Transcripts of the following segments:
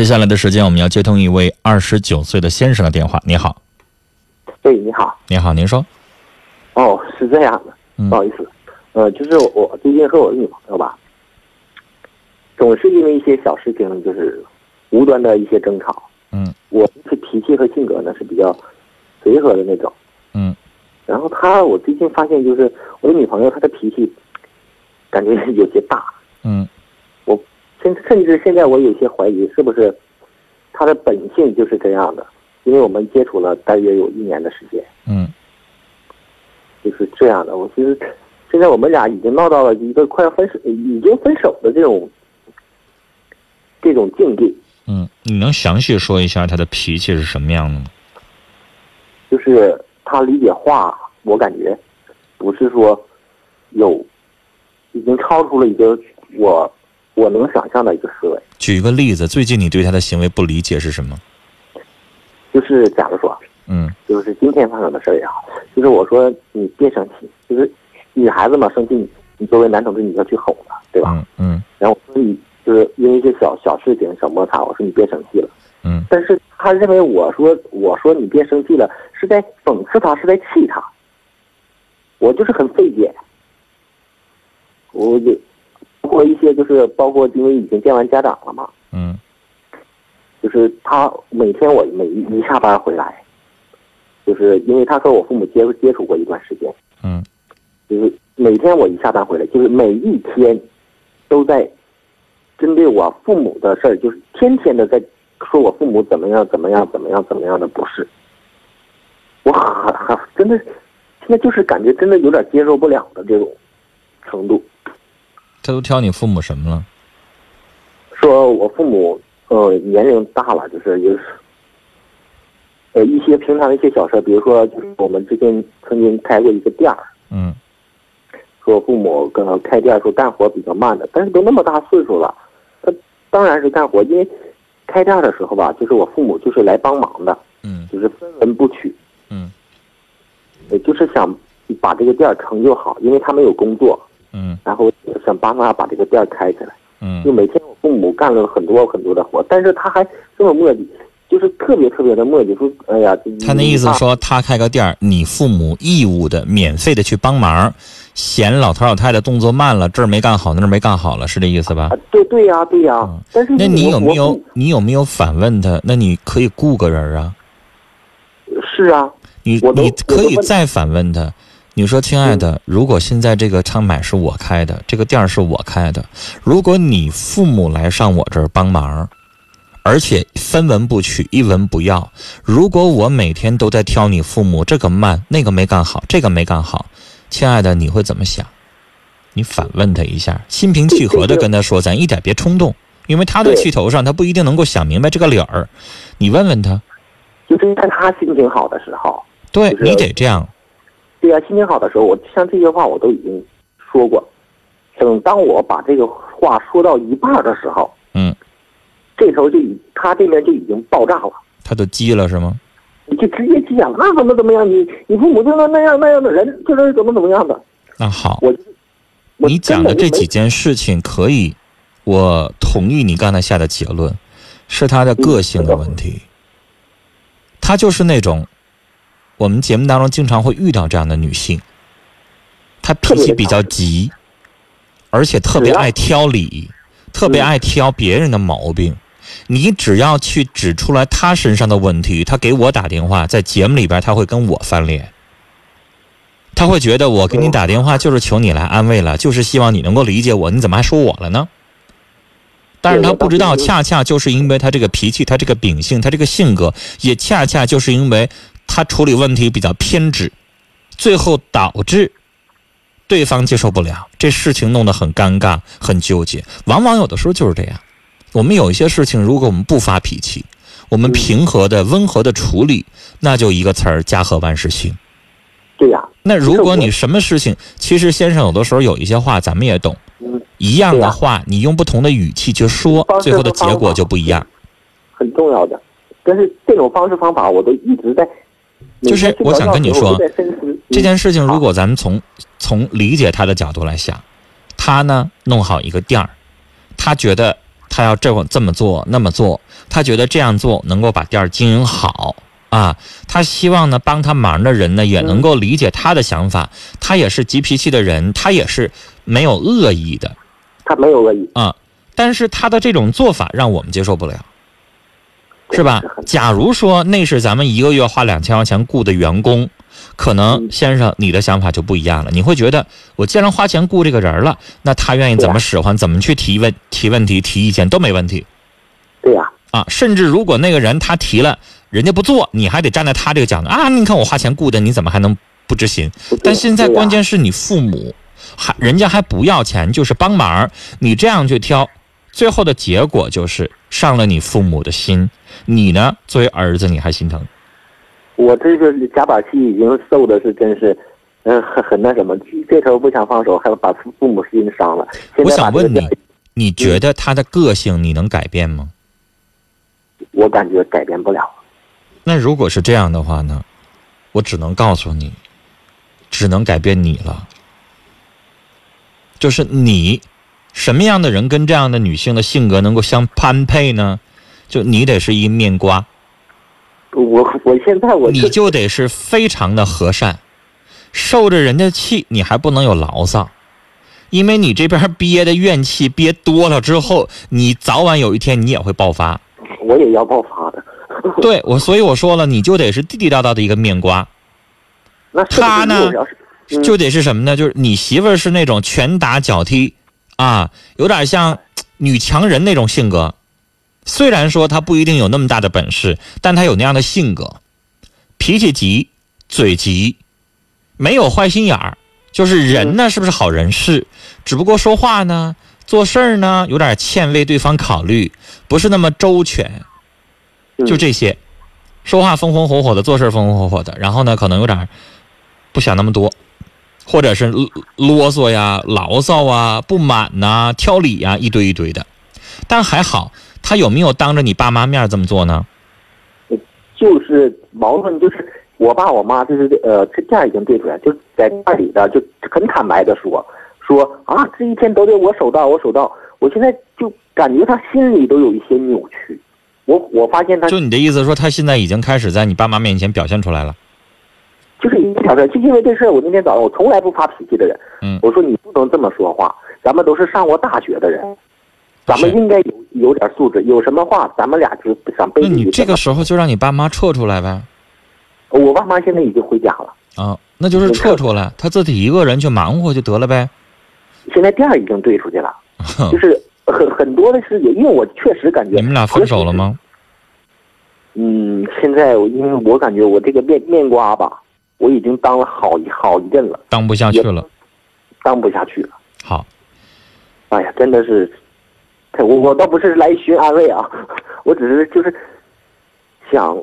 接下来的时间，我们要接通一位二十九岁的先生的电话。你好，哎，你好，你好，您说，哦，是这样的，嗯不好意思，呃，就是我最近和我的女朋友吧，总是因为一些小事情就是无端的一些争吵。嗯我这脾气和性格呢是比较随和的那种，嗯然后她，我最近发现就是我的女朋友她的脾气 感觉有些大，嗯我甚甚至现在我有些怀疑是不是她的本性就是这样的，因为我们接触了大约有一年的时间。嗯就是这样的。我其实现在我们俩已经闹到了一个快要分手、已经分手的这种这种境地，嗯，你能详细说一下他的脾气是什么样的吗？就是他理解话，我感觉不是说有已经超出了一个我我能想象的一个思维。举一个例子，最近你对他的行为不理解是什么？就是假如说，嗯就是今天发生的事儿也好，就是我说你别生气，就是女孩子嘛生气，你作为男同志你要去吼她，对吧？嗯嗯然后我说你就是因为一些小小事情小摩擦，我说你别生气了。嗯但是他认为我说我说你别生气了，是在讽刺他，是在气他。我就是很费解，我就包括一些就是包括因为已经见完家长了嘛，嗯就是他每天我每一一下班回来，就是因为他和我父母接接触过一段时间，嗯就是每天我一下班回来，就是每一天都在针对我父母的事儿，就是天天的在说我父母怎么样怎么样怎么样怎么样的不是。我很很真的，现在就是感觉真的有点接受不了的这种程度。他都挑你父母什么了？说我父母呃年龄大了，就是也是呃一些平常的一些小事儿，比如说就是我们之前曾经开过一个店儿，嗯说父母跟他开店说干活比较慢的，但是都那么大岁数了，他当然是干活，因为开店的时候吧，就是我父母就是来帮忙的，嗯就是分文不取，嗯呃就是想把这个店成就好，因为他没有工作，嗯然后想帮他把这个店开起来。就嗯每天我父母干了很多很多的活，但是他还这么磨叽，就是特别特别的磨叽，说哎呀，他那意思说，他开个店儿，你父母义务的、免费的去帮忙，嫌老头老太太动作慢了，这儿没干好，那儿没干好了，是这意思吧啊？，对对呀、对呀、嗯但是那你我有没？有我你有没有反问他？那你可以雇个人啊，是啊，你我都你可以我都问嗯再反问他。你说，亲爱的，如果现在这个唱买是我开的，这个店儿是我开的，如果你父母来上我这儿帮忙，而且分文不取，一文不要，如果我每天都在挑你父母这个慢，那个没干好，这个没干好，亲爱的，你会怎么想？你反问他一下，心平气和的跟他说，咱一点别冲动，因为他的对气头上，他不一定能够想明白这个理儿。你问问他，就是在他心情好的时候，对就是你得这样，对呀、心情好的时候，我像这些话我都已经说过。等当我把这个话说到一半儿的时候，嗯。这头就已他这边就已经爆炸了，他都急了是吗？你就直接急眼了，那怎么怎么样？你你父母就是那样那样的人，就是怎么怎么样的。那好，我就是我你讲的根本就这没几件事情可以，我同意你刚才下的结论，是他的个性的问嗯题。他就是那种，我们节目当中经常会遇到这样的女性，她脾气比较急，而且特别只要爱挑理，特别嗯爱挑别人的毛病。你只要去指出来她身上的问题，她给我打电话，在节目里边她会跟我翻脸。他会觉得我给你打电话就是求你来安慰了，就是希望你能够理解我，你怎么还说我了呢？但是他不知道，恰恰就是因为他这个脾气，他这个秉性，他这个性格，也恰恰就是因为他处理问题比较偏执，最后导致对方接受不了，这事情弄得很尴尬、很纠结。往往有的时候就是这样。我们有一些事情，如果我们不发脾气，我们平和的、温和的处理，那就一个词儿——家和万事兴。对呀、那如果是你我什么事情，其实先生有的时候有一些话咱们也懂，嗯，一样对的啊话你用不同的语气去说方，式最后的和方结果法嗯就不一样。很重要的。但是这种方式方法，我都一直在。就是每天我想跟你说睡觉的时候我都在深思嗯这件事情好如果咱们从从理解他的角度来想，他呢弄好一个店儿，他觉得他他要这么这么做那么做，他觉得这样做能够把店儿经营好啊。他希望呢帮他忙的人呢也嗯能够理解他的想法，他也是急脾气的人，他也是没有恶意的他没有恶意，啊。但是他的这种做法让我们接受不了，是吧这个很？假如说那是咱们一个月花两千块钱雇的员工，可能嗯先生你的想法就不一样了，你会觉得我既然花钱雇这个人了，那他愿意怎对啊么使唤，怎么去提问、提问题、提意见都没问题对呀、啊。甚至如果那个人他提了，人家不做，你还得站在他这个角度啊，你看我花钱雇的，你怎么还能不知心？不对但现在对呀关键是你父母还人家还不要钱，就是帮忙，你这样去挑，最后的结果就是伤了你父母的心。你呢，作为儿子你还心疼，我这个夹板气已经受的是真是，嗯，很很那什么，这头不想放手，还把父父母心伤了。现我在把想这个问你啊店，你觉得他的个性你能改变吗？我感觉改变不了。那如果是这样的话呢，我只能告诉你，只能改变你了，就是你什么样的人跟这样的女性的性格能够相般配呢？就你得是一面瓜。我我现在我你就得是非常的和善，受着人家气，你还不能有牢骚，因为你这边憋的怨气憋多了之后，你早晚有一天你也会爆发。我也要爆发的。对我，所以我说了，你就得是地地道道的一个面瓜， 那是不是他呢如果要是嗯就得是什么呢？就是你媳妇儿是那种拳打脚踢，啊，有点像女强人那种性格。虽然说她不一定有那么大的本事，但她有那样的性格，脾气急，嘴急，没有坏心眼儿。就是人嗯呢，是不是好人是？只不过说话呢，做事儿呢，有点欠为对方考虑，不是那么周全。嗯就这些，说话风风火火的，做事风风火火的，然后呢，可能有点儿不想那么多，或者是啰啰嗦呀、牢骚啊、不满呐、挑理呀，一堆一堆的。但还好，他有没有当着你爸妈面儿这么做呢？就是矛盾，就是我爸我妈就是呃，这这样已经对出来，就在那里的就很坦白的说说啊，这一天都得我守到我守到，我现在就感觉他心里都有一些扭曲。我我发现他就你的意思说，他现在已经开始在你爸妈面前表现出来了。就是一个小事儿，就因为这事儿，我那天早上我从来不发脾气的人，嗯我说你不能这么说话，咱们都是上过大学的人，咱们是应该有有点素质，有什么话咱们俩就想背那地里你这个讲，时候就让你爸妈撤出来呗。我爸妈现在已经回家了，啊，那就是撤出来，他自己一个人去忙活就得了呗。 现在店儿已经兑出去了，就是 很很多的事情，因为我确实感觉嗯你们俩分手了？吗？嗯，现在我因为我感觉我这个面面瓜吧，我已经当了好一好一阵了，当不下去了。当不下去了，好，哎呀，真的是，哎我我倒不是来寻安慰啊， 我只是就是想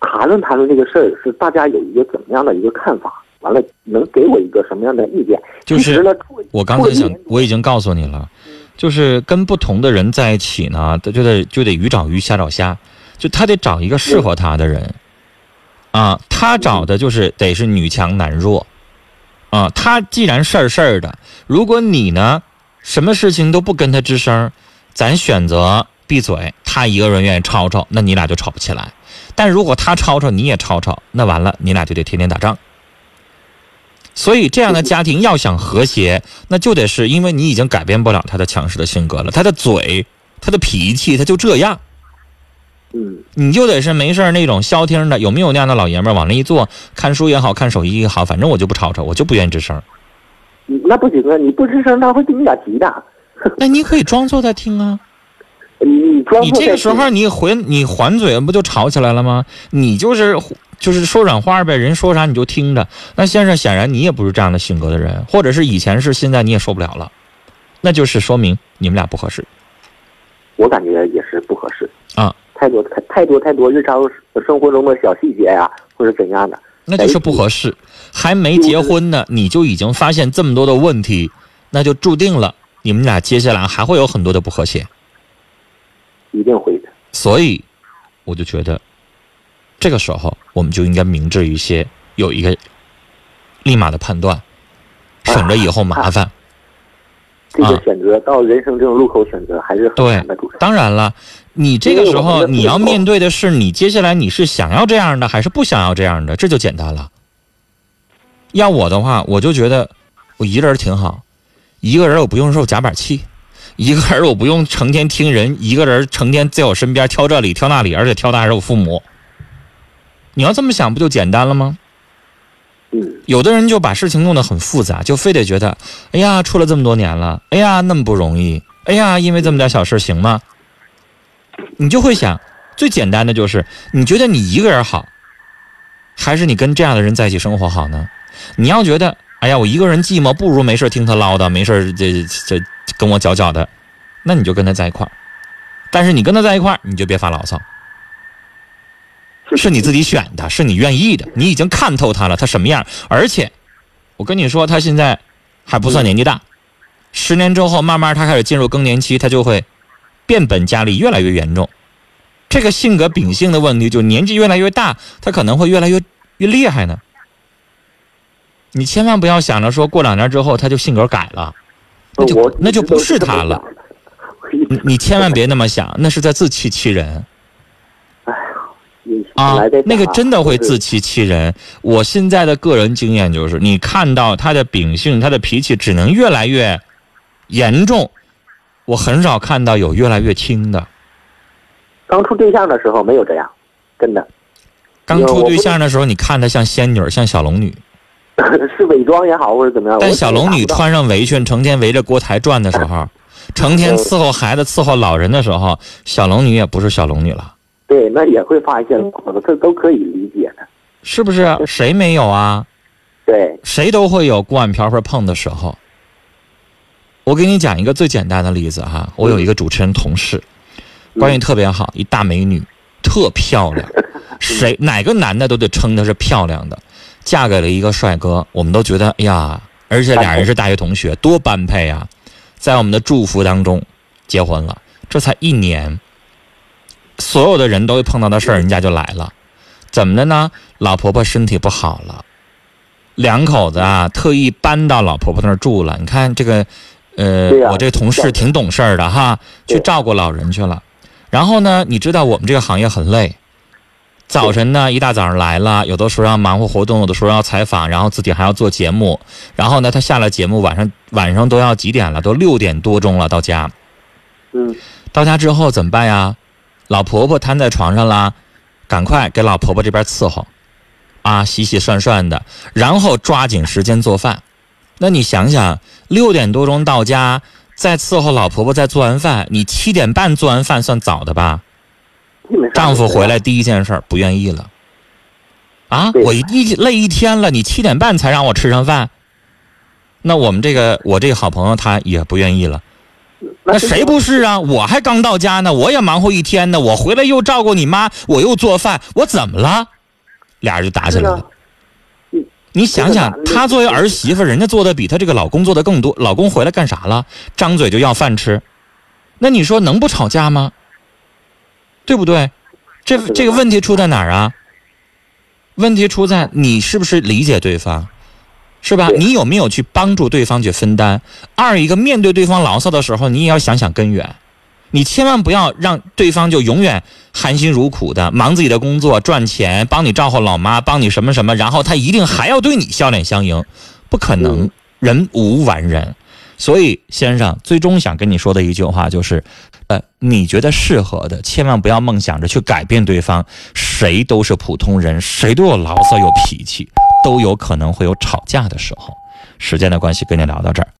谈论谈论这个事儿，是大家有一个怎么样的一个看法，完了能给我一个什么样的意见？就其实是呢，过我刚过才一想年，我已经告诉你了，就是跟不同的人在一起呢，他就得就得鱼找鱼，虾找虾，就他得找一个适合他的人，啊，他找的就是得是女强男弱，啊，他既然事儿事儿的，如果你呢，什么事情都不跟他吱声儿，咱选择闭嘴，他一个人愿意吵吵，那你俩就吵不起来。但如果他吵吵，你也吵吵，那完了，你俩就得天天打仗。所以，这样的家庭要想和谐，那就得是因为你已经改变不了他的强势的性格了，他的嘴，他的脾气，他就这样，嗯，你就得是没事儿那种消停的，有没有那样的老爷们儿往那一坐，看书也好看手机也好，反正我就不吵吵，我就不愿意吱声儿。你那不行啊，你不吱声，他会跟你俩急的。那你可以装作在听啊，你你装你作这个在时候你回你还嘴不就吵起来了吗？你就是就是说软话呗，人说啥你就听着。那先生显然你也不是这样的性格的人，或者是以前是，现在你也受不了了，那就是说明你们俩不合适。我感觉也是不合适啊，太多太太多太多日常生活中的小细节呀、或者怎样的，那就是不合适。还没结婚呢，你就已经发现这么多的问题，那就注定了你们俩接下来还会有很多的不和谐。一定会的。所以，我就觉得，这个时候我们就应该明智一些，有一个立马的判断，省着以后麻烦。这个啊选择到人生这种路口选择还是很对难的，主持人。当然了，你这个时因为我候们的你要父母面对的是你接下来你是想要这样的还是不想要这样的，这就简单了。要我的话，我就觉得我一个人挺好，一个人我不用受夹板气， 一个人我不用成天听人，一个人成天在我身边挑这里挑那里，而且挑的还是我父母。你要这么想，不就简单了吗？嗯，有的人就把事情弄得很复杂，就非得觉得，哎呀，处了这么多年了，哎呀，那么不容易，哎呀，因为这么点小事行吗？你就会想，最简单的就是，你觉得你一个人好，还是你跟这样的人在一起生活好呢？你要觉得，哎呀，我一个人寂寞，不如没事听他唠叨，没事这这跟我搅搅的，那你就跟他在一块儿。但是你跟他在一块儿，你就别发牢骚，是你自己选的，是你愿意的，你已经看透他了，他什么样？而且，我跟你说，他现在还不算年纪大，十年之后，慢慢他开始进入更年期，他就会变本加厉，越来越严重。这个性格秉性的问题，就年纪越来越大，他可能会越来越越厉害呢。你千万不要想着说过两年之后他就性格改了，那就我那就不是他了。你你千万别那么想，那是在自欺欺人。哎啊，那个真的会自自欺欺人。我现在的个人经验就是，你看到他的秉性、他的脾气只能越来越严重，我很少看到有越来越轻的。刚处对象的时候没有这样，真的 刚处对象的时候，你看他像仙女儿，像小龙女，是伪装也好或者怎么样。但我小龙也女达不到嗯穿上围裙，成天围着锅台转的时候，成天伺候孩子、伺候老人的时候，小龙女也不是小龙女了，对，那也会发现我的，这都可以理解的。是不是？谁没有啊？对，谁都会有锅碗瓢盆碰的时候。我给你讲一个最简单的例子哈、我有一个主持人同事，嗯关系特别好，一大美女，特漂 亮，谁哪个男的都得称她是漂亮的，嫁给了一个帅哥，我们都觉得哎呀，而且俩人是大学同学，多般配呀、在我们的祝福当中结婚了，这才一年，所有的人都会碰到的事儿，人家就来了，怎么的呢？老婆婆身体不好了。两口子啊，特意搬到老婆婆那儿住了。你看这个，呃，对呀我这同事挺懂事儿的哈，对去照顾老人去了。然后呢，你知道我们这个行业很累，早晨呢一大早上来了，有的时候要忙活活动，有的时候要采访，然后自己还要做节目。然后呢，他下了节目，晚上晚上都要几点了？都六点多钟了，到家。嗯，到家之后怎么办呀？老婆婆瘫在床上啦，赶快给老婆婆这边伺候，啊，洗洗涮涮的，然后抓紧时间做饭。那你想想，六点多钟到家，再伺候老婆婆，再做完饭，你七点半做完饭算早的吧？基本上丈夫是这回样来第一件事儿不愿意了，啊，对我一累一天了，你七点半才让我吃上饭，那我们这个我这个好朋友他也不愿意了。那是谁不是啊？我还刚到家呢，我也忙活一天呢，我回来又照顾你妈，我又做饭，我怎么了？俩人就打起来是了啊嗯。你想想这个男，的她作为儿媳妇，人家做的比她这个老公做的更多，老公回来干啥了？张嘴就要饭吃，那你说能不吵架吗？对不对？这是的这个问题出在哪儿啊？问题出在你是不是理解对方，是吧？对你有没有去帮助对方去分担？二一个，面对对方牢骚的时候，你也要想想根源，你千万不要让对方就永远含辛茹苦的忙自己的工作赚钱，帮你照顾老妈，帮你什么什么，然后他一定还要对你笑脸相迎，不可能嗯，人无完人。所以，先生，最终想跟你说的一句话就是，呃，你觉得适合的，千万不要梦想着去改变对方。谁都是普通人，谁都有牢骚，有脾气，都有可能会有吵架的时候。时间的关系，跟你聊到这儿。